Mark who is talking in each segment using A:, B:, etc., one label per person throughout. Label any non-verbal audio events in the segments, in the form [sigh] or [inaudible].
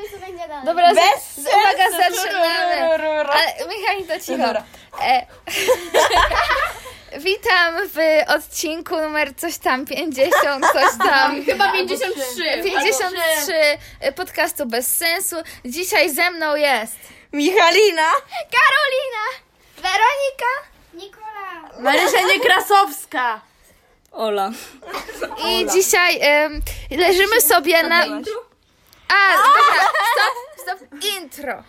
A: będzie dalej.
B: Dobra,
C: Bez
B: z, z, uwaga,
C: sensu.
B: zaczynamy.
C: Rurururu.
B: Ale Michalita, cicho.
C: No dobra.
B: E, [laughs] witam w odcinku numer coś tam, 50, coś tam.
D: Chyba 53.
B: 53 podcastu bez sensu. Dzisiaj ze mną jest
C: Michalina!
B: Karolina, Weronika
A: Nikola.
D: Marysia Niekrasowska.
C: Ola.
B: i dzisiaj em, leżymy sobie na... A, dobra, stop, stop, intro.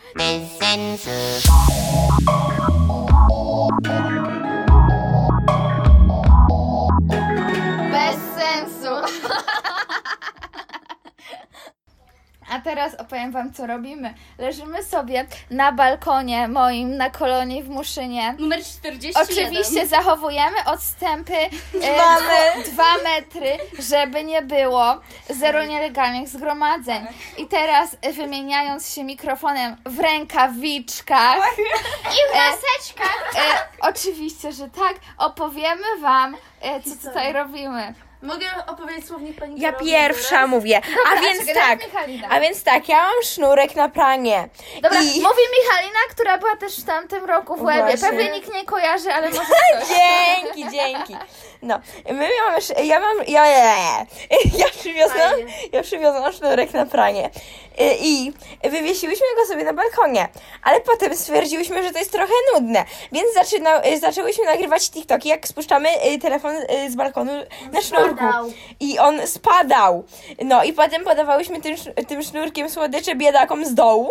B: Bez sensu. A teraz opowiem Wam, co robimy. Leżymy sobie na balkonie moim, na kolonii w Muszynie.
D: Numer 41.
B: Oczywiście zachowujemy odstępy
C: Dwa metry.
B: 2 metry, żeby nie było zero nielegalnych zgromadzeń. I teraz e, wymieniając się mikrofonem w rękawiczkach,
A: I maseczka.
B: e, oczywiście, że tak, opowiemy Wam, e, co tutaj robimy.
D: Mogę opowiedzieć słownik pani
C: Ja
D: Karoli
C: pierwsza mówię. A więc
B: czekaj,
C: tak.
B: najpierw Michalina.
C: A więc tak, ja mam sznurek na pranie.
B: Dobra,
C: I...
B: mówi Michalina, która była też w tamtym roku w Łebie.
C: Właśnie.
B: Pewnie nikt nie kojarzy, ale może ktoś.
C: Dzięki, dzięki. No, my mamy, sz- ja mam, ja, ja, ja, ja przywiozłam,
D: Fajnie.
C: ja przywiozłam sznurek na pranie I- i wywiesiłyśmy go sobie na balkonie, ale potem stwierdziłyśmy, że to jest trochę nudne, więc zaczyna, zaczęłyśmy nagrywać TikToki, jak spuszczamy y, telefon y, z balkonu na sznurku.
D: Spadał.
C: I on spadał. No i potem podawałyśmy tym, szn- tym sznurkiem słodycze biedakom z dołu,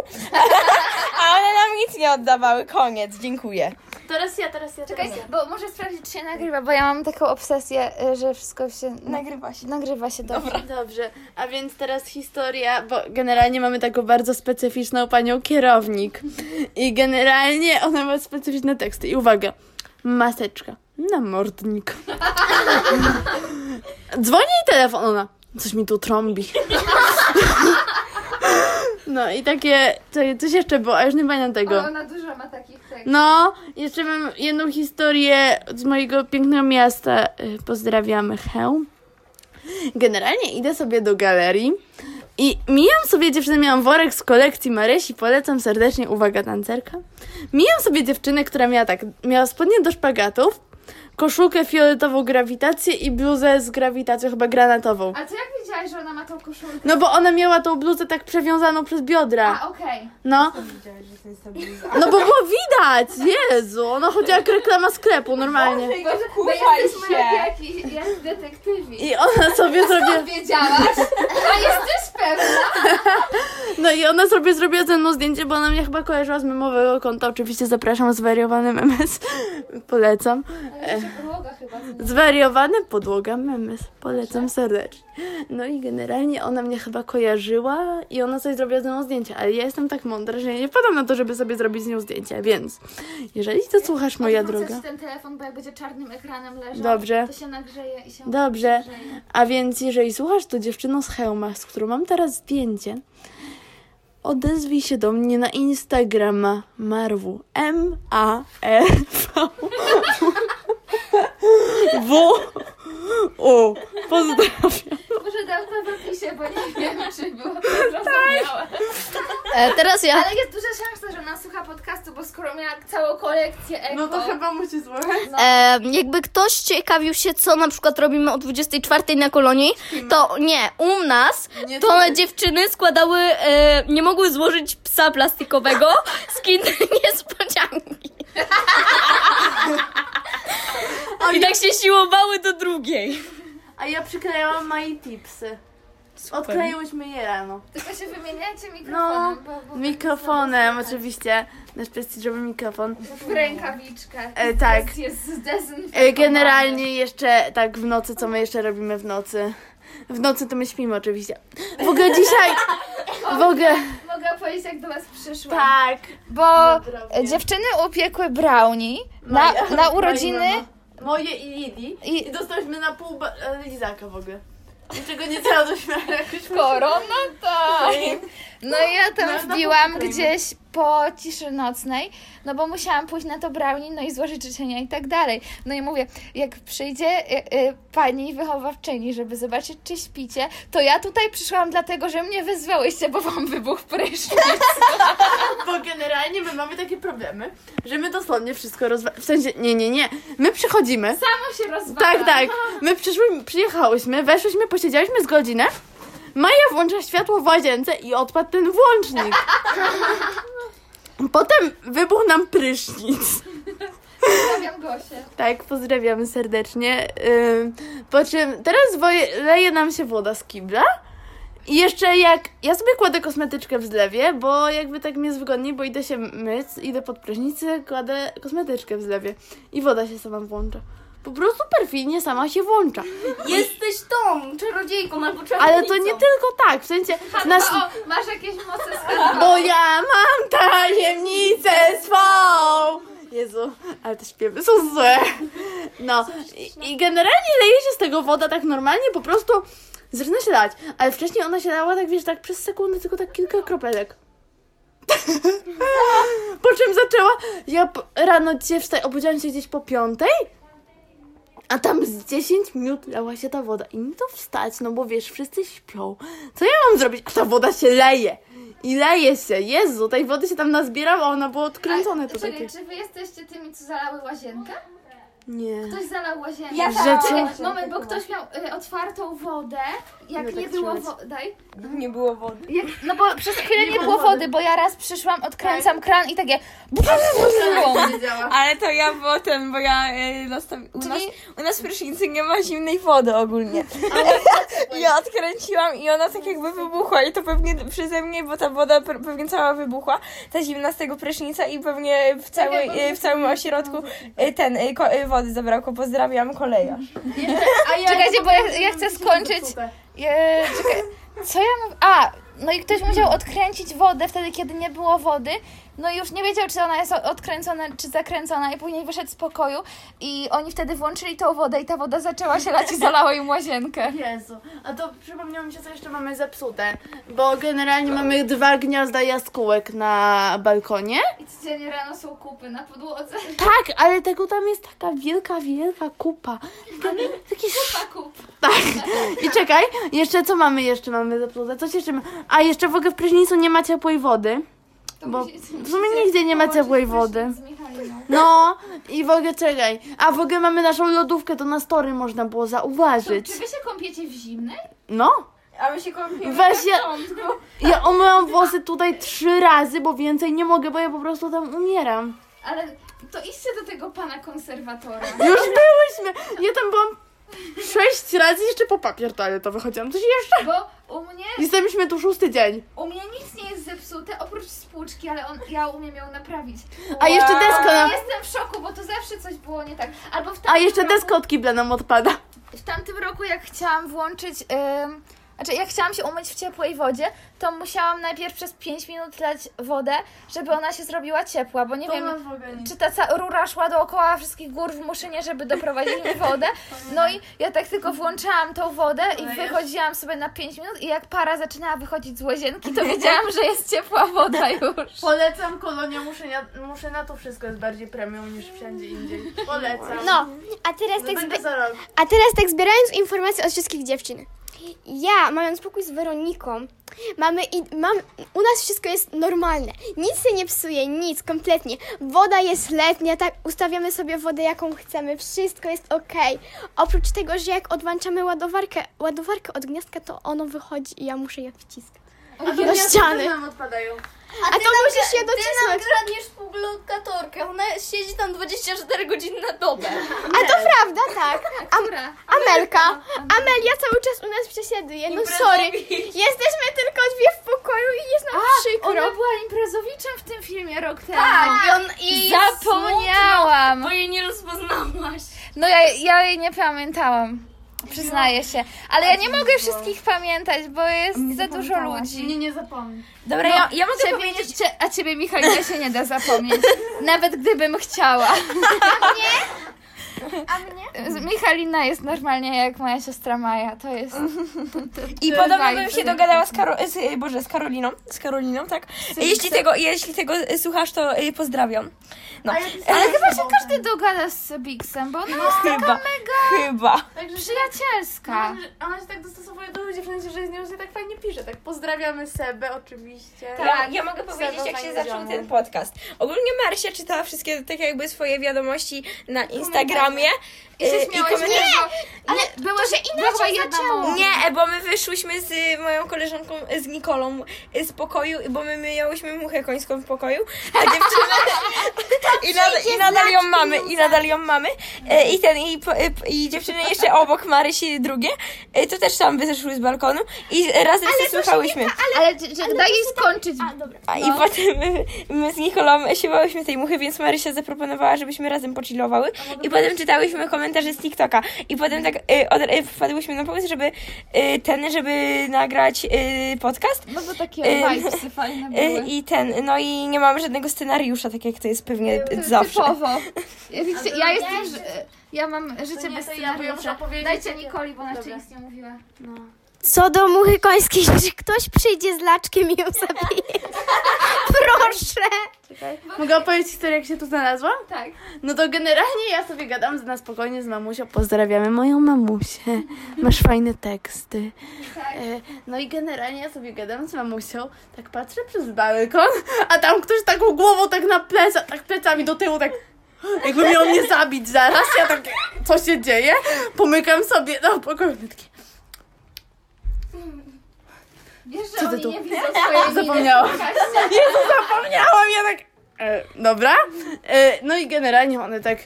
C: [laughs] a one nam nic nie oddawały. Koniec, dziękuję.
D: Teraz ja, teraz
B: [laughs]
D: ja,
B: Czekaj,
D: teraz ja.
B: bo może sprawdzić, czy się nagrywa, bo ja mam taką obsesję, y, że wszystko się
C: Nagrywa się.
B: nagrywa się dobrze.
D: Dobrze, a więc teraz historia, bo generalnie mamy taką bardzo specyficzną panią kierownik. I generalnie ona ma specyficzne teksty. I uwaga, maseczka, namordnik. Dzwoni jej telefon, ona, coś mi tu trąbi. No i takie, co- coś jeszcze było, a już nie pamiętam tego.
B: Ona dużo ma takich tekstów.
D: No, jeszcze mam jedną historię z mojego pięknego miasta. Y, Pozdrawiamy Chełm. Generalnie idę sobie do galerii i mijam sobie dziewczynę, miałam worek z kolekcji Marysi, polecam serdecznie, uwaga tancerka. Mijam sobie dziewczynę, która miała tak, miała spodnie do szpagatów, koszulkę fioletową grawitację i bluzę z grawitacją, chyba granatową.
B: A co jak widziałaś, że ona ma tą koszulkę?
D: No bo ona miała tą bluzę tak przewiązaną przez biodra.
B: A, okej.
D: No. No bo było widać! Jezu! Ona chodziła jak reklama sklepu, normalnie.
B: Bo
C: Kuchaj
B: jesteśmy
C: się.
B: jak jakiś, jak detektywi.
D: I ona sobie zrobiła.
B: Wiedziałaś? A jesteś
D: [laughs]
B: pewna?
D: No i ona sobie zrobiła ze mną zdjęcie, bo ona mnie chyba kojarzyła z memowego konta. Oczywiście zapraszam zwariowanym MS. Polecam.
B: Jeszcze podłoga chyba.
D: Zwariowany podłoga memes. Polecam serdecznie. No i generalnie ona mnie chyba kojarzyła i ona sobie zrobiła ze mną zdjęcie, ale ja jestem tak mądra, że ja nie wpadam na to, żeby sobie zrobić z nią zdjęcie, więc jeżeli to słuchasz, moja
B: Odwrócę
D: droga.
B: ci ten telefon, bo jak będzie czarnym ekranem leżał,
D: Dobrze.
B: to się nagrzeje i się
D: Dobrze.
B: nagrzeje.
D: A więc jeżeli słuchasz, to dziewczyno z Hełma, z którą mam teraz zdjęcie, odezwij się do mnie na Instagrama Marwu. M A R V W U. Pozdrawiam.
B: Może dam to w opisie, bo
D: [laughs]
B: nie wiem, czy było to
D: Tak.
B: zrozumiałe.
E: E,
D: teraz ja.
B: Ale jest duża szansa, że ona słucha podcastu, bo skoro miała całą kolekcję eko...
D: No to chyba musi słuchać.
E: E, jakby ktoś ciekawił się, co na przykład robimy o 24 na kolonii, to nie, u nas to dziewczyny składały, e, nie mogły złożyć psa plastikowego z kind [laughs] niespodzianki. I tak się siłowały do drugiej.
D: A ja przyklejałam moje tipsy. Odkleiłyśmy je rano.
B: Tylko się wymieniacie
D: No,
B: mikrofonem, bo, bo
D: mikrofonem oczywiście. Nasz prestiżowy mikrofon.
B: w rękawiczkach.
D: E, tak.
B: Jest- Jest zdezynfekowany.
D: E, Generalnie jeszcze tak w nocy, co my jeszcze robimy w nocy? W nocy to my śpimy oczywiście. W ogóle dzisiaj. W ogóle.
B: Mogę powiedzieć, jak do Was przyszłam.
D: Tak.
B: Bo
D: Zdrowie.
B: dziewczyny upiekły brownie na, [laughs] na urodziny
D: Moje i Lidii.
B: I-
D: I dostałyśmy na pół ba- e, lizaka w ogóle. Niczego nie zjadłeś, miałam jakoś
B: Korona [laughs] time! No i ja tam wbiłam gdzieś po ciszy nocnej, no bo musiałam pójść na to brownie, no i złożyć życzenia i tak dalej. No i mówię, jak przyjdzie y, y, pani wychowawczyni, żeby zobaczyć, czy śpicie, to ja tutaj przyszłam dlatego, że mnie wezwałyście, bo wam wybuch prysznic.
D: Bo generalnie my mamy takie problemy, że my dosłownie wszystko rozwalamy. W sensie, nie, nie, nie. My przychodzimy.
B: [laughs] Samo się rozwala.
D: Tak, tak. My przyszły, przyjechałyśmy, weszłyśmy, posiedziałyśmy z godzinę. Maja włącza światło w łazience i odpadł ten włącznik. Potem wybuchł nam prysznic.
B: Pozdrawiam Gosię.
D: Tak, pozdrawiamy serdecznie. Ym, po czym teraz woje, leje nam się woda z kibla. I jeszcze jak. Ja sobie kładę kosmetyczkę w zlewie, bo jakby tak mi jest wygodniej, bo idę się myć, idę pod prysznic, kładę kosmetyczkę w zlewie. I woda się sama włącza. Po prostu perfidnie sama się włącza.
E: Jesteś tą czarodziejką albo czarodziejką.
D: Ale to nie tylko tak, w sensie. Nas,
B: [laughs] O, masz jakieś
D: [laughs]
B: moce skarbne.
D: bo ja mam tajemnicę swą! Jezu, ale te śpiewy są złe. No, i, i generalnie leje się z tego woda tak normalnie, po prostu zaczyna się lać. Ale wcześniej ona się lała tak, wiesz, tak przez sekundę, tylko tak kilka kropelek. po czym zaczęła, ja p- rano dzisiaj wsta- obudziłam się gdzieś po piątej, a tam z 10 minut lała się ta woda. I mi to wstać, no bo wiesz, wszyscy śpią. Co ja mam zrobić? A ta woda się leje. I leje się. Jezu, tej wody się tam nazbierała, ona była odkręcone to takie.
B: Czekaj, czy wy jesteście tymi, co zalały łazienkę?
D: Nie.
B: Ktoś zalał łazienkę.
C: Ja
D: zalałam
B: Czekaj,
D: łazienkę.
B: tak, Moment, bo ktoś miał y, otwartą wodę, jak
D: Będę
B: nie
D: tak
B: było
D: trzymać.
B: wody. Daj.
C: Nie było wody.
B: Jak, no bo przez chwilę nie, było wody, Tak. bo ja raz przyszłam, odkręcam kran i takie...
C: Ale to ja bo ten, bo ja y, nastawi- u, nas,
B: Czyli-
C: u nas w prysznicy nie ma zimnej wody [laughs] ogólnie. ja odkręciłam i ona tak jakby wybuchła i to pewnie przeze mnie, bo ta woda pe- pewnie cała wybuchła, ta zimna z tego prysznica i pewnie w, całej, y, w całym ośrodku y, ten y, ko- y, wody zabrakło. Pozdrawiam kolejarz.
D: [laughs] A ja
B: Czekajcie, bo ja, ja chcę skończyć... Je, czekaj, co ja mówię? A, no i ktoś musiał odkręcić wodę wtedy, kiedy nie było wody. No i już nie wiedział, czy ona jest o- odkręcona, czy zakręcona i później wyszedł z pokoju i oni wtedy włączyli tą wodę i ta woda zaczęła się lać i zalała im łazienkę.
D: Jezu, a to przypomniało mi się, co jeszcze mamy zepsute, bo generalnie mamy dwa gniazda jaskółek na balkonie.
B: I codziennie rano są kupy na podłodze.
D: Tak, ale tego tam jest taka wielka, wielka kupa. Taki
B: kup.
D: Tak. I czekaj, jeszcze co mamy jeszcze mamy zepsute? Coś jeszcze ma... A jeszcze w ogóle w prysznicu nie ma ciepłej wody. Bo w sumie nigdzie nie ma ciepłej wody. No i w ogóle czekaj. A w ogóle mamy naszą lodówkę, to na story można było zauważyć.
B: Czy wy się kąpiecie w zimnej?
D: No.
C: A my się kąpimy.
D: Weź ja, ja umyłam włosy tutaj trzy razy, bo więcej nie mogę, bo ja po prostu tam umieram.
B: Ale to idźcie do tego pana konserwatora.
D: Już byłyśmy! Ja tam byłam sześć razy jeszcze po papier toaletowy chodziłam. Coś jeszcze?
B: Bo u mnie,
D: Jesteśmy tu szósty dzień.
B: u mnie nic nie jest zepsute oprócz spłuczki, ale on, ja umiem ją naprawić.
D: A jeszcze deska
B: Ja
D: nam,
B: jestem w szoku, bo to zawsze coś było nie tak. Albo w tamtym
D: A jeszcze
B: roku,
D: deska od kibla nam odpada.
B: W tamtym roku, jak chciałam włączyć. Ym, znaczy, jak chciałam się umyć w ciepłej wodzie, to musiałam najpierw przez 5 minut lać wodę, żeby ona się zrobiła ciepła, bo nie wiem. Czy ta ca- rura szła dookoła wszystkich gór w muszynie, żeby doprowadzić mi wodę? No i ja tak tylko włączałam tą wodę
E: No
B: i wychodziłam sobie na 5 minut i jak para zaczynała wychodzić z łazienki, to wiedziałam, że jest ciepła woda
E: [laughs]
B: już.
D: Polecam kolonię muszynia, muszyna, to wszystko jest bardziej premium niż wszędzie indziej. Polecam.
A: No, a teraz, tak zbi-
D: za rok.
A: a teraz tak zbierając informacje od wszystkich dziewczyn. Ja, mając pokój z Weroniką, mamy i, mam, u nas wszystko jest normalne. Nic się nie psuje, nic, kompletnie. Woda jest letnia, tak, ustawiamy sobie wodę jaką chcemy, wszystko jest ok. Oprócz tego, że jak odłączamy ładowarkę, ładowarkę od gniazdka, to ono wychodzi i ja muszę je wciskać. Do ściany.
D: nam odpadają.
A: A, to musisz je docisnąć.
E: Kradniesz półglokatorkę, ona siedzi tam 24 godziny na dobę.
A: A to prawda, tak. [laughs] Am- Amelka. Amelia cały czas u nas przesiaduje. No sorry. Jesteśmy tylko dwie w pokoju i jest nam
B: Ona
A: przykro.
B: była imprezowiczem w tym filmie rok temu.
E: Tak, i on i
B: Zapomniałam!
E: Bo jej nie rozpoznałaś.
B: No ja, ja jej nie pamiętałam. Przyznaję się. Ale ja nie mogę wszystkich pamiętać, bo jest za dużo ludzi.
D: nie zapomnij.
C: Dobra, ja, ja mogę
B: Ciebie,
C: powiedzieć...
B: cie- No, a [laughs] ciebie, Michalina, się nie da zapomnieć. Nawet gdybym chciała. Z- Michalina jest normalnie jak moja siostra Maja, to jest...
C: I podobno
B: vibe.
C: bym się dogadała z, Karo- z, e, Boże, z Karoliną. Z Karoliną, tak? Jeśli tego, jeśli tego e, słuchasz, to e, pozdrawiam. No,
B: Ale chyba się każdy dogada z Bixem, bo ona jest
C: chyba, chyba.
D: Także się
B: przyjacielska.
D: Ona, ona się tak dostosowuje do ludzi, w sensie, że z nią się tak fajnie pisze. Tak pozdrawiamy Sebę oczywiście.
E: Tak.
B: Tak,
C: Ja, ja mogę powiedzieć, jak się zaczął ten podcast. Ogólnie Marsia czytała wszystkie tak jakby swoje wiadomości na Instagramie.
B: I się
C: e,
B: śmiałaś,
C: komentarze-
B: że-
A: Ale
B: była,
A: to się
B: była chyba
A: inaczej
B: jedna
A: zaczęło.
B: mądra.
C: Nie, bo my wyszłyśmy z y, moją koleżanką, y, z Nikolą y, z pokoju, bo my miałyśmy muchę końską w pokoju, a dziewczyna... I, nadal, I nadal ją mamy, i nadal ją mamy. Y, I ten, i, po- y, p- i dziewczyny jeszcze obok Marysi drugie, y, to też tam wyszły z balkonu i razem się słyszałyśmy.
B: Ale d- d- daj jej skończyć.
A: A, dobra.
C: A
B: No.
C: I potem my, my z Nikolą siłałyśmy tej muchy, więc Marysia zaproponowała, żebyśmy razem pochillowały. I potem czytałyśmy komentarze z TikToka. I potem tak y, od, y, wpadłyśmy na pomysł, żeby y, ten, żeby nagrać y, podcast.
B: No bo takie
C: Ym,
B: vibesy fajne
C: Y,
B: były.
C: I ten, no i nie mamy żadnego scenariusza, tak jak to jest pewnie
B: Ty-
C: zawsze.
B: Typowo. Ja, wiecie, ja jestem... ż- Ja mam życie
D: nie,
B: bez
D: to ja, bo ja muszę
B: scenariusza.
D: opowiedzieć,
B: Dajcie
D: jakie-
B: Nikoli, bo ona jeszcze
D: Dobra.
B: nic nie mówiła.
A: Co do muchy końskiej, [laughs] czy ktoś przyjdzie z laczkiem i ją [laughs] zabije? Proszę!
D: Mogę opowiedzieć historię, jak się tu znalazłam?
B: Tak.
D: No to generalnie ja sobie gadam z- na spokojnie z mamusią. Pozdrawiamy moją mamusię. Masz fajne teksty.
B: Tak.
D: E, No i generalnie ja sobie gadam z mamusią, tak patrzę przez balkon, a tam ktoś taką głową tak na pleca, tak plecami do tyłu, tak jakby miał mnie zabić zaraz. Ja tak, co się dzieje? Pomykam sobie no, na pokoju. Takie,
B: Wiesz,
D: Co
B: że
D: ty
B: oni
D: tu?
B: nie widzą swojej miny
D: Zapomniałam.
B: w podcaście.
D: zapomniałam, ja tak. E, dobra. E, no i generalnie one tak.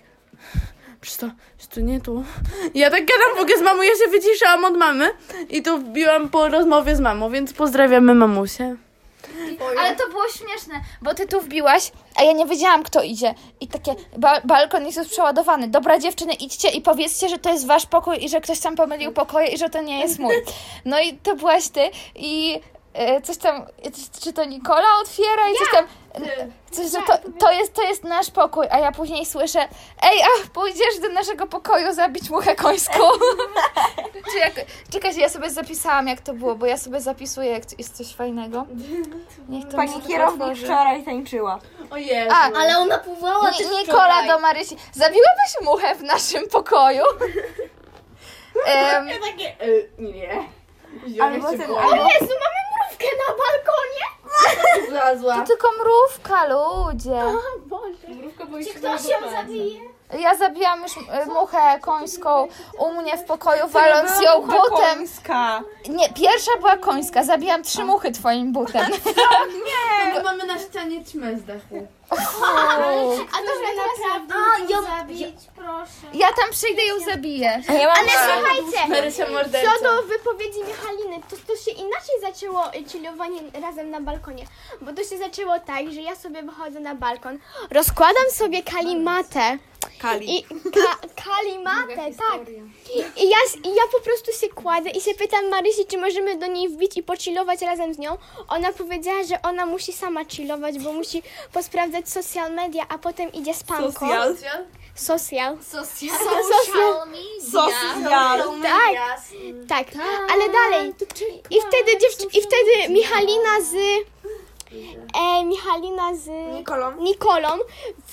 D: Przecież to, przecież to nie tu. Ja tak gadam w ogóle z mamą, ja się wyciszałam od mamy i to wbiłam po rozmowie z mamą, więc pozdrawiamy mamusię.
B: Ale to było śmieszne, bo ty tu wbiłaś, a ja nie wiedziałam, kto idzie. I takie, ba- balkon jest już przeładowany. Dobra, dziewczyny, idźcie i powiedzcie, że to jest wasz pokój i że ktoś tam pomylił pokoje i że to nie jest mój. No i to byłaś ty i e, coś tam, e, coś- czy to Nikola otwiera i coś tam... e, Coś, że to, to, jest, to jest nasz pokój, a ja później słyszę Ej, ach, pójdziesz do naszego pokoju zabić muchę końską. Czy jak, czekajcie, ja sobie zapisałam, jak to było, bo ja sobie zapisuję, jak jest coś fajnego. Niech to mi się
C: Pani
B: tylko
C: kierownik
B: otworzy.
C: wczoraj tańczyła.
D: Ojej.
B: A,
E: Ale ona pływała też
B: Ni- Nikola
E: wczoraj.
B: do Marysi. Zabiłabyś muchę w naszym pokoju?
E: [laughs]
B: Em,
D: takie. E, nie.
C: Albo ten, albo...
A: Jezu, mamy mrówkę na balkonie!
B: to
D: znalazła.
B: tylko mrówka, ludzie.
A: Czy ktoś ją zabije?
B: Ja zabiłam już e, muchę końską u mnie w pokoju, waląc ją butem.
C: Końska.
B: Nie, pierwsza była końska. Zabiłam trzy muchy twoim
C: [laughs]
B: butem.
D: My mamy na ścianie ćmę z dachu.
A: A to, że naprawdę A, ją zabić, proszę.
B: Ja tam przyjdę i ją zabiję.
C: A ja mam
A: Ale słuchajcie,
D: Marysia
A: co do wypowiedzi Michaliny, to, to się inaczej zaczęło y, chillowanie razem na balkonie. Bo to się zaczęło tak, że ja sobie wychodzę na balkon, rozkładam sobie kalimatę.
C: Kali.
A: I ka- kalimatę, tak. I ja, s- i ja po prostu się kładę i się pytam Marysi, czy możemy do niej wbić i pochillować razem z nią. Ona powiedziała, że ona musi sama chillować, bo musi posprawdzać social media, a potem idzie spanko.
C: Social.
A: Social.
E: Social,
C: Social.
A: Tak, tak. Ale dalej. I wtedy, dziewczy- I wtedy Michalina z... E, Michalina z...
C: Nikolą.
A: Nikolą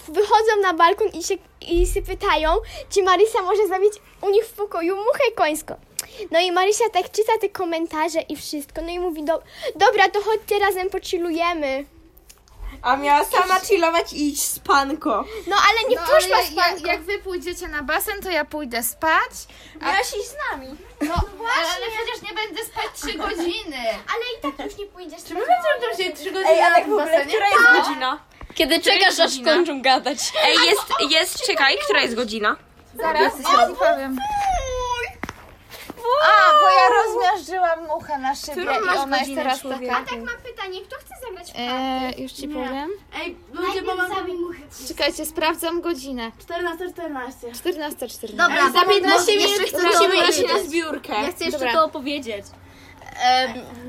A: wychodzą na balkon i się, i się pytają, czy Marysia może zabić u nich w pokoju muchę końską. No i Marysia tak czyta te komentarze i wszystko, no i mówi, do, dobra, to chodźcie razem, pochillujemy.
C: A miała sama chillować i iść spanko.
A: No ale nie
B: No, ale
A: poszła
B: ja-
A: z
B: jak, jak wy pójdziecie na basen, to ja pójdę spać.
C: Miałaś iść z nami.
B: No, ale, ale przecież nie będę spać trzy godziny.
A: Ale i tak już nie pójdziesz. Czy
D: Tam się trzy godziny
C: Ej,
D: na
C: ale
D: tym
C: w ogóle,
D: basenie.
C: która jest godzina?
E: Tak. Kiedy czekasz, aż kończą gadać.
C: Ej, jest, jest, czekaj, która jest godzina?
B: Zaraz ja ci powiem. A, bo ja rozmiażdżyłam muchę na szybie
C: Którą
B: i
C: masz
B: ona jest
C: godzinę,
B: teraz
C: człowieku?
B: taka...
A: Tak mam pytanie, kto chce zabrać w
B: E, już ci powiem.
D: Ej, ludzie, bo mam
A: zabij muchę.
B: Czekajcie, sprawdzam godzinę.
D: 14-14.
B: 14.14.
E: Dobra, za
D: No,
E: 15 minut musimy iść na
C: zbiórkę.
E: Ja chcę jeszcze to opowiedzieć.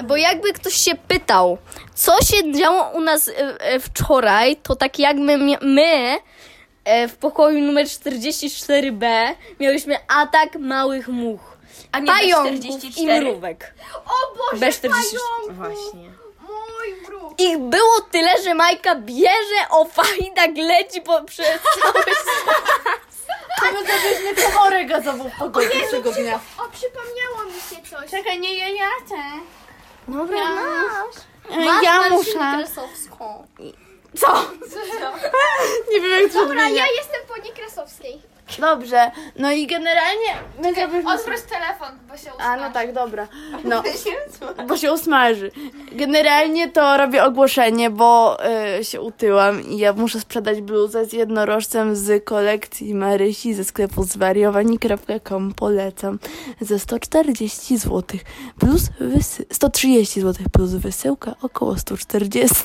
E: Bo jakby ktoś się pytał, co się działo u nas e, e, wczoraj, to tak jakby mi- my
F: e, w pokoju numer 44B miałyśmy atak małych much.
C: A nie
F: Pająków i
C: 44.
F: mrówek.
B: O Boże,
F: B44.
D: Właśnie.
B: mój brud!
F: Ich było tyle, że Majka bierze ofa i tak leci po, przez
D: To by zabierzmy komorę gazową w pogodzie tego dnia.
A: O, przypomniało mi się coś.
D: Czekaj, nie, ja, ja, ten.
F: Dobra, no.
D: E, Ja muszę.
C: Kresowską.
D: Co? [laughs] Nie wiem, jak to
A: Dobra,
D: odmienię.
A: ja jestem po Niekresowskiej.
D: Dobrze, no i generalnie będziemy...
B: Odwróć telefon, bo się
D: A, no tak, dobra. No,
G: Jezu.
D: [laughs] bo się usmaży. Generalnie to robię ogłoszenie, bo y, się utyłam i ja muszę sprzedać bluzę z jednorożcem z kolekcji Marysi ze sklepu zwariowani.com. Polecam. Ze 140 zł plus wysy... 130 zł plus wysyłka około 140.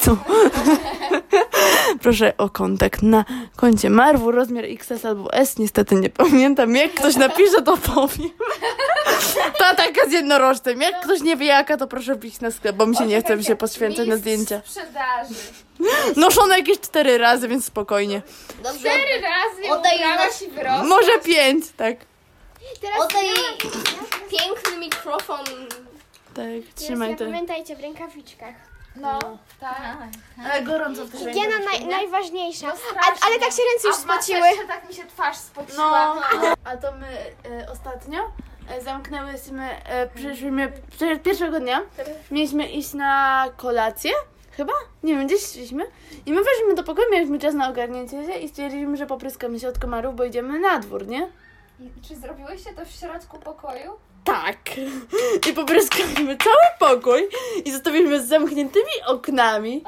D: Proszę o kontakt na koncie Marwu, rozmiar XS albo S. Niestety nie pamiętam. Jak ktoś napisze, to powiem. [laughs] Tak, Ta taka z jednorożcem. Jak ktoś nie wie jaka, to proszę wbić na sklep, bo mi się nie chce mi się poświęcać na zdjęcia.
B: Sprzedaży.
D: Noszono jakieś cztery razy, więc spokojnie.
C: Dobrze.
B: Cztery razy
C: Odejdę.
B: ubrałaś i wyrosła.
D: Może pięć, tak.
A: [laughs] Teraz
C: Odej piękny mikrofon.
D: Tak, trzymaj
A: Trzymaj
D: to.
A: Pamiętajcie w rękawiczkach.
B: No, tak.
D: Ale gorąco też.
A: Higiena naj, najważniejsza.
B: No
A: A, ale tak się ręce już
B: A w masażerce
A: spociły.
B: tak mi się twarz spociła.
D: No, a to my e, ostatnio e, zamknęłyśmy, e, przyszłyśmy, prze- pierwszego dnia mieliśmy iść na kolację, chyba? Nie wiem, gdzieś szliśmy. I my weszliśmy do pokoju, mieliśmy czas na ogarnięcie się i stwierdziliśmy, że popryskamy się od komarów, bo idziemy na dwór, nie?
B: Czy zrobiłyście to w środku pokoju?
D: Tak. I popryskaliśmy cały pokój i zostawiliśmy z zamkniętymi oknami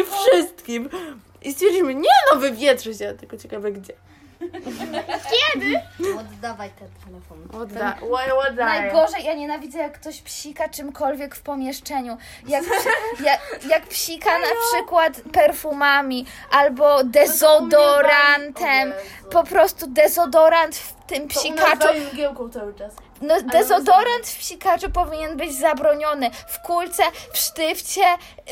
D: i wszystkim. I stwierdziliśmy, nie no, wywietrzy się, tylko ciekawe gdzie.
C: Oddawaj ten telefon.
D: Odda, ła-
B: Tak.
D: ładzają.
B: Najgorzej, ja nienawidzę jak ktoś psika czymkolwiek w pomieszczeniu. Jak, psi- jak, jak psika na przykład perfumami albo dezodorantem. Po prostu dezodorant w tym
D: To u nas
B: psikaczu.
D: dają mgiełką cały czas.
B: No, dezodorant w sikaczu powinien być zabroniony. W kulce, w sztywcie,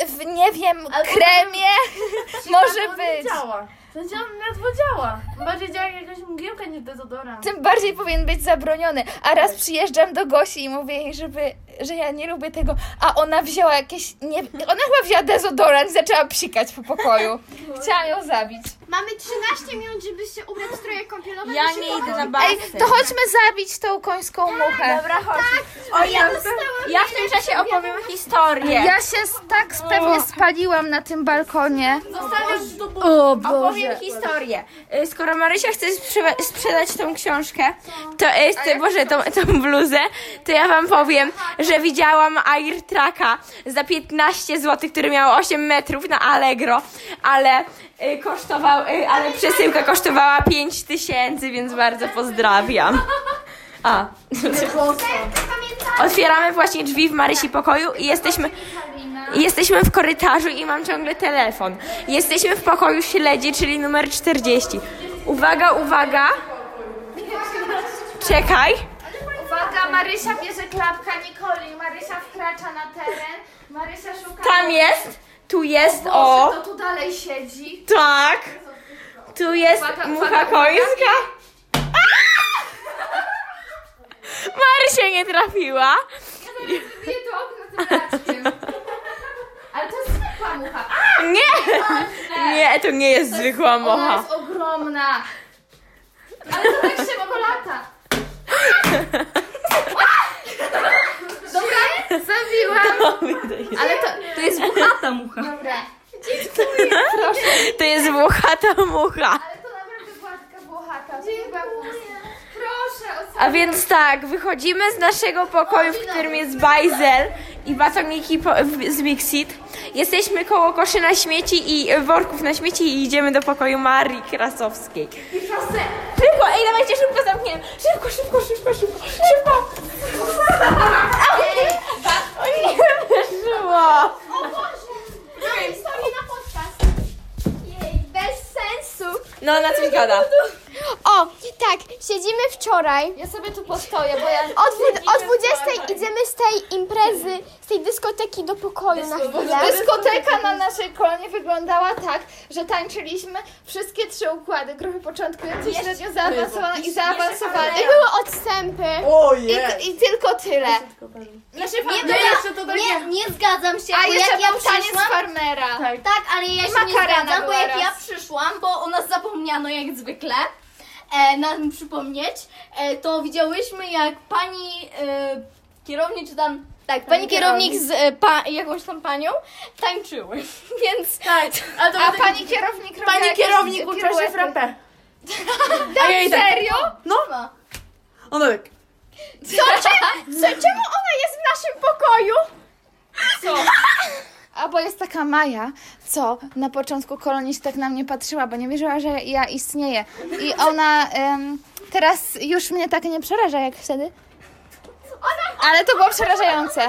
B: w nie wiem, kremie. [laughs] Może być.
D: Działa. To działa, ledwo działa. Bardziej działa jakaś mgiełka niż dezodorant.
B: Tym bardziej powinien być zabroniony. A raz przyjeżdżam do Gosi i mówię jej, żeby, że ja nie lubię tego, a ona wzięła jakieś. Nie, ona chyba wzięła dezodorant i zaczęła psikać po pokoju. Chciałam ją zabić.
A: Mamy 13 minut, żeby się ubrać w stroje kąpielowe.
C: Ja
A: żeby
C: nie
A: się
C: idę na
B: Ej,
C: basen.
B: to chodźmy zabić tą końską muchę.
C: O, ja, ja w tym czasie opowiem historię.
B: Ja się s- tak s- pewnie spaliłam na tym balkonie.
C: O Opowiem historię. Y, Skoro Marysia chce sprzewa- sprzedać tą książkę, to, y, to Boże, tą, tą bluzę, to ja wam powiem, że widziałam Air Traka za 15 zł, który miał 8 metrów na Allegro, ale y, kosztował, y, ale przesyłka kosztowała 5 tysięcy, więc bardzo pozdrawiam. A. Otwieramy właśnie drzwi w Marysi pokoju i jesteśmy... Jesteśmy w korytarzu i mam ciągle telefon. Jesteśmy w pokoju śledzi, czyli numer 40. Uwaga, uwaga. Czekaj.
B: Uwaga, Marysia bierze klapka Nikoli. Marysia wkracza na teren. Marysia szuka.
C: Tam jest. Tu jest o.
B: tu dalej siedzi.
C: Tak. Tu jest mucha końska. Aaa! Marysia nie trafiła.
B: Bije to okno tym raczkiem. [laughs] Ale to jest zwykła mucha.
C: Nie. Nie, to nie jest zwykła
B: Ona
C: mocha.
B: jest ogromna. Ale to tak się po lata. Dobra, zabiłam. Ale to...
C: To jest muchata mucha.
B: Dobra.
C: To jest muchata mucha.
B: Ale to naprawdę była taka włochata. Dziękuję. Proszę, o
C: A więc tak, wychodzimy z naszego pokoju, w którym jest bajzel i batoniki po, w, z Mixit. Jesteśmy koło koszy na śmieci i e, worków na śmieci i idziemy do pokoju Marii Krasowskiej. Szybko, ej, dawajcie szybko zamkniemy. Szybko, szybko, szybko, szybko, szybko. Au! O nie, wyszło.
A: Mamy historię na podcast. Jej, bez sensu.
C: No, na coś gada.
A: O, tak, siedzimy wczoraj.
B: Ja sobie tu postoję, bo ja...
A: O, dwu, o 20 idziemy z tej imprezy, z tej dyskoteki do pokoju na chwilę.
B: Dyskoteka na naszej kolonie wyglądała tak, że tańczyliśmy wszystkie trzy układy, grupy początkujące, średnio zaawansowane i zaawansowane.
A: I były odstępy.
B: I, I tylko tyle.
E: Nie, to ja, nie, nie zgadzam się,
B: A
E: bo
B: jeszcze
E: jak ja
B: był taniec
E: przyszłam...
B: farmera.
E: Tak, ale ja się nie
B: makarena
E: zgadzam, bo
B: była
E: jak
B: raz.
E: ja przyszłam, bo o nas zapomniano jak zwykle, e, nam przypomnieć, e, to widziałyśmy jak pani e, kierownik, czy tam... Tak, pani kierownik z e, pa, jakąś tam panią tańczyły, [laughs] więc... Tak, ale to
B: A pani kierownik robiła
D: Pani
B: jakieś
D: kierownik uczyła się
E: [laughs]
B: piruety.
D: frappę. A ja i tak,
B: Serio?
D: ona tak.
B: Albo jest taka Maja, co na początku kolonii się tak na mnie patrzyła, bo nie wierzyła, że ja istnieję. I ona em, teraz już mnie tak nie przeraża jak wtedy. Ale to było przerażające.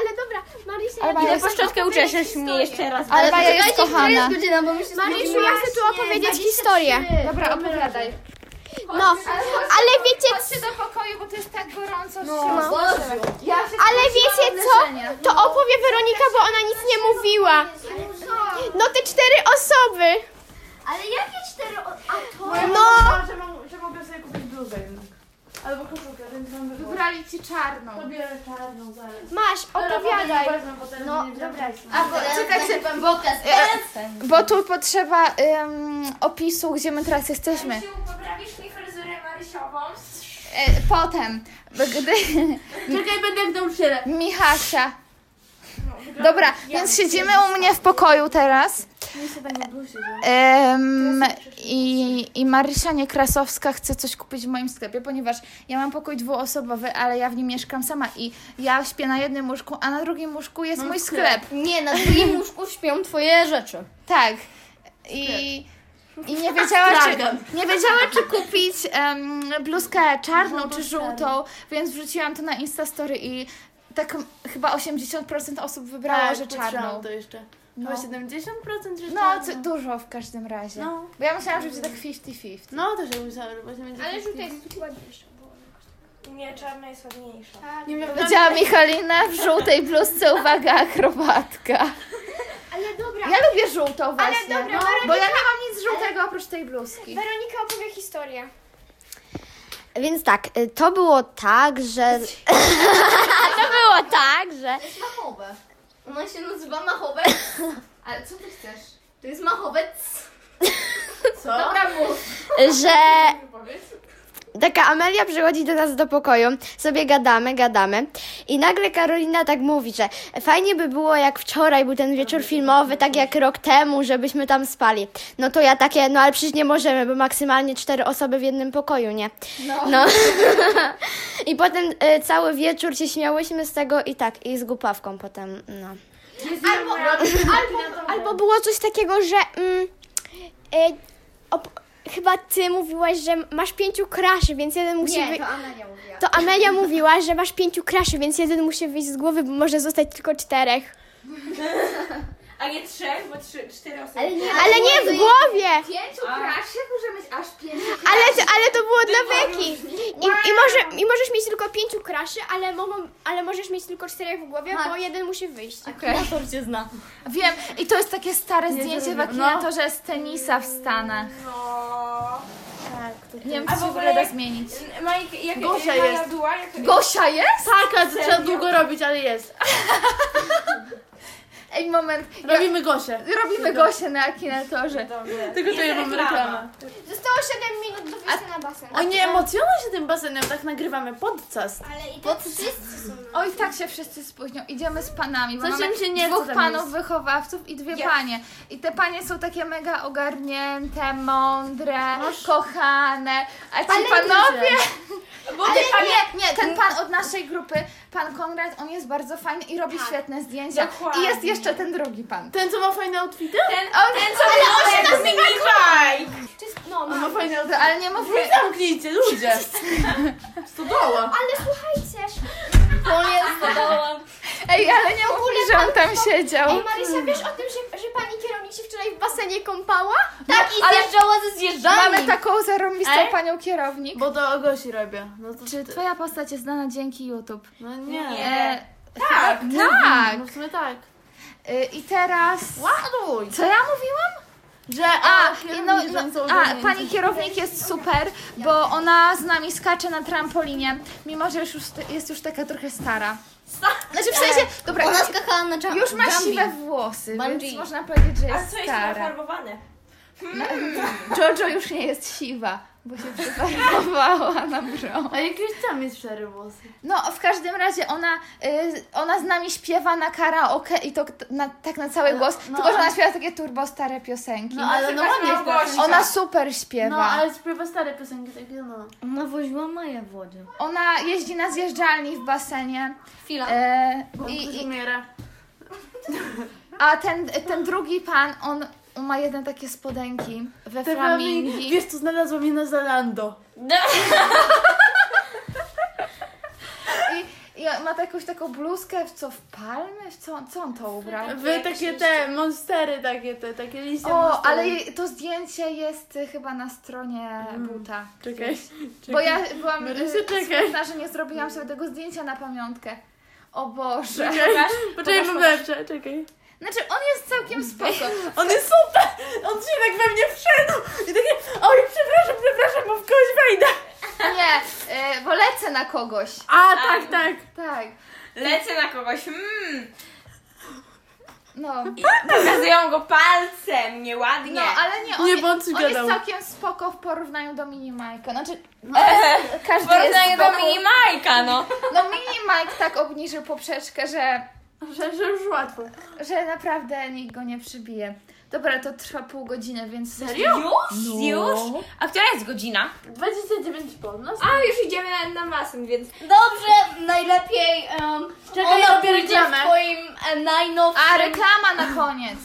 A: Ale dobra, Marysia,
B: Ale Maja jest,
H: Szczotkę uczeszesz mnie jeszcze raz.
B: ale Maja jest kochana.
E: godzina, bo mi się
A: Marysiu, ja chcę tu opowiedzieć historię.
B: Dobra, opowiadaj.
A: No, ale wiecie
B: Chodźcie do pokoju, bo to jest tak gorąco.
A: Ale wiecie co? To opowie Weronika, bo ona nic nie mówiła. No te cztery osoby.
E: Ale jakie cztery... o- A to...
A: No,
I: że, mam, że mogę sobie kupić bluzę jednak. Albo koszulkę, więc mam wybór.
B: Wybrali ci czarną.
I: Pobierę czarną zaraz.
A: masz, opowiadaj.
I: No, dobra.
B: A bo, czekajcie, E, bo tu potrzeba em, opisu, gdzie my teraz jesteśmy.
I: Poprawisz mi fryzurę marysiową.
B: E, potem, bo gdy [laughs]
D: Czekaj, będę w domu sierę.
B: Michasia.
I: No,
B: Dobra, więc siedzimy u mnie w pokoju teraz. Em, i, I Marysia Niekrasowska chce coś kupić w moim sklepie, ponieważ ja mam pokój dwuosobowy, ale ja w nim mieszkam sama i ja śpię na jednym łóżku, a na drugim łóżku jest mój sklep.
E: Nie, na drugim łóżku śpią twoje rzeczy.
B: Tak. I, i nie, wiedziała, czy, nie wiedziała, czy kupić em, bluzkę czarną czy żółtą, więc wrzuciłam to na Instastory i tak m- chyba 80% osób wybrało, że czarną.
D: Tak, to jeszcze. No. 70% że
B: No, co, dużo w każdym razie.
D: No.
B: Bo ja myślałam, że będzie tak 50-50.
D: No, to się musiałam robić. Ale
I: Nie, czarna jest ładniejsza.
D: nie miałam
B: Powiedziała Michalina w żółtej bluzce, uwaga, akrobatka.
A: Ale dobra,
B: Ja lubię żółtą właśnie, no,
A: dobra, no tak.
B: bo ja nie mam nic żółtego oprócz tej bluzki.
A: Weronika opowie historię.
E: Więc tak, y, to było tak, że. [laughs] to było tak, że.
B: Machowe.
E: Ona się nazywa
A: [laughs]
E: Machobec.
B: Ale co ty chcesz?
E: To jest Machobec.
B: Dobra, mów.
A: że taka Amelia przychodzi do nas do pokoju, sobie gadamy, gadamy i nagle Karolina tak mówi, że fajnie by było jak wczoraj był ten wieczór filmowy, tak jak rok temu, żebyśmy tam spali. No to ja takie, no ale przecież nie możemy, bo maksymalnie cztery osoby w jednym pokoju, nie? No. [laughs] I potem e, cały wieczór się śmiałyśmy z tego i tak, i z głupawką potem, no. Albo, albo, albo było coś takiego, że... Mm, e, op- chyba ty mówiłaś, że masz pięciu kraszy, więc jeden musi wyjść. To Amelia mówiła. To Amelia mówiła, że masz pięciu kraszy, więc jeden musi wyjść z głowy, bo może zostać tylko czterech.
H: A nie trzech, bo trzy, cztery osoby.
A: Ale nie w głowie!
B: Pięciu krasie może mieć aż pięć.
A: Ale, ale to było dla Beki. I, i, może, I możesz mieć tylko pięciu kraszy, ale, mogą, ale możesz mieć tylko czterech w głowie, bo jeden musi wyjść.
E: Kreator cię zna.
B: Wiem, i to jest takie stare zdjęcie w akinatorze z tenisa w Stanach.
H: No.
B: Tak, nie wiem, czy się w ogóle da zmienić.
H: Majk, jak
D: Gosia
H: Maja
D: jest.
H: Była, jak...
B: Gosia jest?
D: Taka, to trzeba długo robić, ale jest.
B: Ej, moment. Ja,
D: Robimy Gosię.
B: robimy Gosię na akinatorze.
D: Tylko tutaj mamy reklamę.
A: Zostało 7 minut do wyjścia na basen.
D: O nie, emocjonuj się tym basenem, tak nagrywamy podcast.
A: Ale i tak wszyscy są na
B: Oj, tak się wszyscy spóźnią. Idziemy z panami, bo
D: Coś
B: mamy
D: im się nie chce
B: dwóch
D: tam
B: panów
D: iść.
B: wychowawców i dwie panie. I te panie są takie mega ogarnięte, mądre, kochane. A ci panowie... [laughs] Ale nie, nie, ten pan od naszej grupy, pan Konrad, on jest bardzo fajny i robi świetne zdjęcia. I jest jeszcze ten drugi pan.
D: Ten, co ma fajne outfity?
A: No,
D: On ma fajne outfity.
B: Ale nie mówmy...
D: Wy zamknijcie, [laughs] ludzie! Stodoła!
A: ale słuchajcie.
B: Ej, ale nie mówmy, że on tam siedział.
A: Ej, Marysia, wiesz o tym, że, że pani kierownik się wczoraj w basenie kąpała?
E: Tak, i zjeżdżała ze zjeżdżami.
B: No, Mamy taką zarąbistą
E: Ale-
B: panią kierownik.
D: Bo to o Gosi robię. No to
B: Czy twoja
E: E,
B: postać jest znana dzięki YouTube?
D: No nie.
B: E, tak, tak.
D: No w sumie tak.
B: Y, I teraz...
I: Ładuj!
B: Co ja mówiłam? Że a, i no, no, a, pani kierownik jest super, bo ona z nami skacze na trampolinie, mimo że już, już jest już taka trochę stara. Znaczy w sensie, dobra,
E: E, Ona skakała na czas.
B: już ma siwe włosy, więc
E: Bungee.
B: można powiedzieć, że
C: A
B: jest
C: co jest
B: stara.
C: nafarbowane?
B: Jojo już nie jest siwa, bo się przefarbowała na brąz.
D: A jakieś tam jest szare włosy.
B: No, w każdym razie ona, y, ona z nami śpiewa na karaoke i to k- na, tak na cały głos, tylko że ona śpiewa takie turbo stare piosenki.
D: No ale no ładnie śpiewa.
B: Ona super śpiewa.
D: No ale śpiewa stare piosenki takie no.
E: Ona woziła Maję w wodzie.
B: Ona jeździ na zjeżdżalni w basenie.
E: Chwila.
B: E,
D: Bo ktoś
B: i, i,
D: umiera.
B: a ten, ten drugi pan, on, on ma jedne takie spodenki we
D: Te flamingi.
B: flamingi.
D: Wiesz, co znalazłam je na Zalando.
B: I, I on ma jakąś taką bluzkę, w co w palmy? W co, co on to ubrał?
D: Wy takie te monstery, takie te, takie liście
B: O,
D: monstery.
B: ale jej- to zdjęcie jest y, chyba na stronie
D: Mm.
B: buta.
D: Czekaj, czekaj.
B: Bo ja byłam y,
D: Marysia, czekaj.
B: smutna, że nie zrobiłam sobie tego zdjęcia na pamiątkę. O Boże.
D: Czekaj, poczekaj, mam lepsze, czekaj.
B: Znaczy, on jest całkiem spoko.
D: On jest super! On się tak we mnie wszedł! I takie, oj, przepraszam, przepraszam, bo w kogoś wejdę.
B: Nie, y, bo lecę na kogoś.
D: A, tak, tak.
B: Tak.
H: Lecę na kogoś, mmm,
B: No.
H: pokazują go palcem, nieładnie.
B: No, ale nie, on,
D: Nie, bo on
B: on jest
D: cygadał.
B: całkiem spoko w porównaniu do Mini Mike'a. Znaczy,
H: W porównaniu do mini Majka, no.
B: no Mini Mike tak obniżył poprzeczkę, że,
D: Że, że już łatwo.
B: że naprawdę nikt go nie przybije. Dobra, to trwa pół godziny, więc... Serio?
H: Już? Już? A która jest godzina?
D: 29 po nas.
H: A, już idziemy na, na basen, więc...
E: Dobrze, najlepiej um,
D: Czekaj,
E: ona
D: robię
E: pójdzie
D: reklamę.
E: w twoim e, najnowszym...
B: A, reklama na koniec.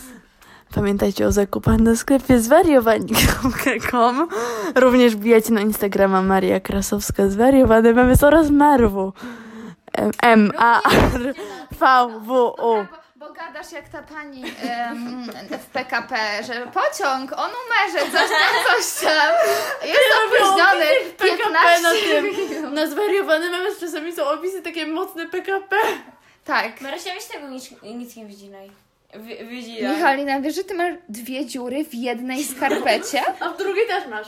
D: Pamiętajcie o zakupach na sklepie zwariowani.com. Również bijajcie na Instagrama Maria Krasowska zwariowany memes oraz Marwu. M- M A R V W U.
B: Dobra, Tak, bo, bo gadasz jak ta pani em, w PKP, że pociąg o numerze, coś tam, coś tam. Jest opóźniony
D: opisy w PKP na
B: 15
D: tym. Na zwariowany memes czasami są opisy takie mocne PKP.
B: Tak.
H: Marysia, weź tego nic, nic nie wycinaj. Wy, wycinaj.
B: Michalina, wiesz, że ty masz dwie dziury w jednej skarpecie?
D: A w drugiej też masz.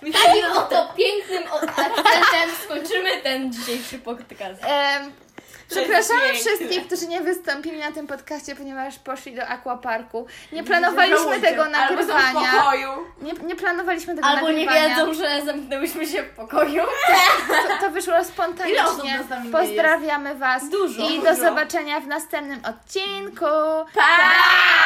E: Takim oto pięknym o- akcentem
H: Kończymy ten dzisiejszy podcast.
B: Em, Przepraszamy
H: piękne.
B: wszystkich, którzy nie wystąpili na tym podcaście, ponieważ poszli do Aquaparku. Nie planowaliśmy tego
H: Albo są w
B: nagrywania.
H: pokoju.
B: Nie, nie planowaliśmy tego
E: Albo nie
B: nagrywania.
E: wiedzą, że zamknęłyśmy się w pokoju.
B: To, to wyszło
D: Ile osób
B: spontanicznie.
D: nas tam nie
B: Pozdrawiamy Was
E: Dużo.
B: i do zobaczenia w następnym odcinku.
H: Pa!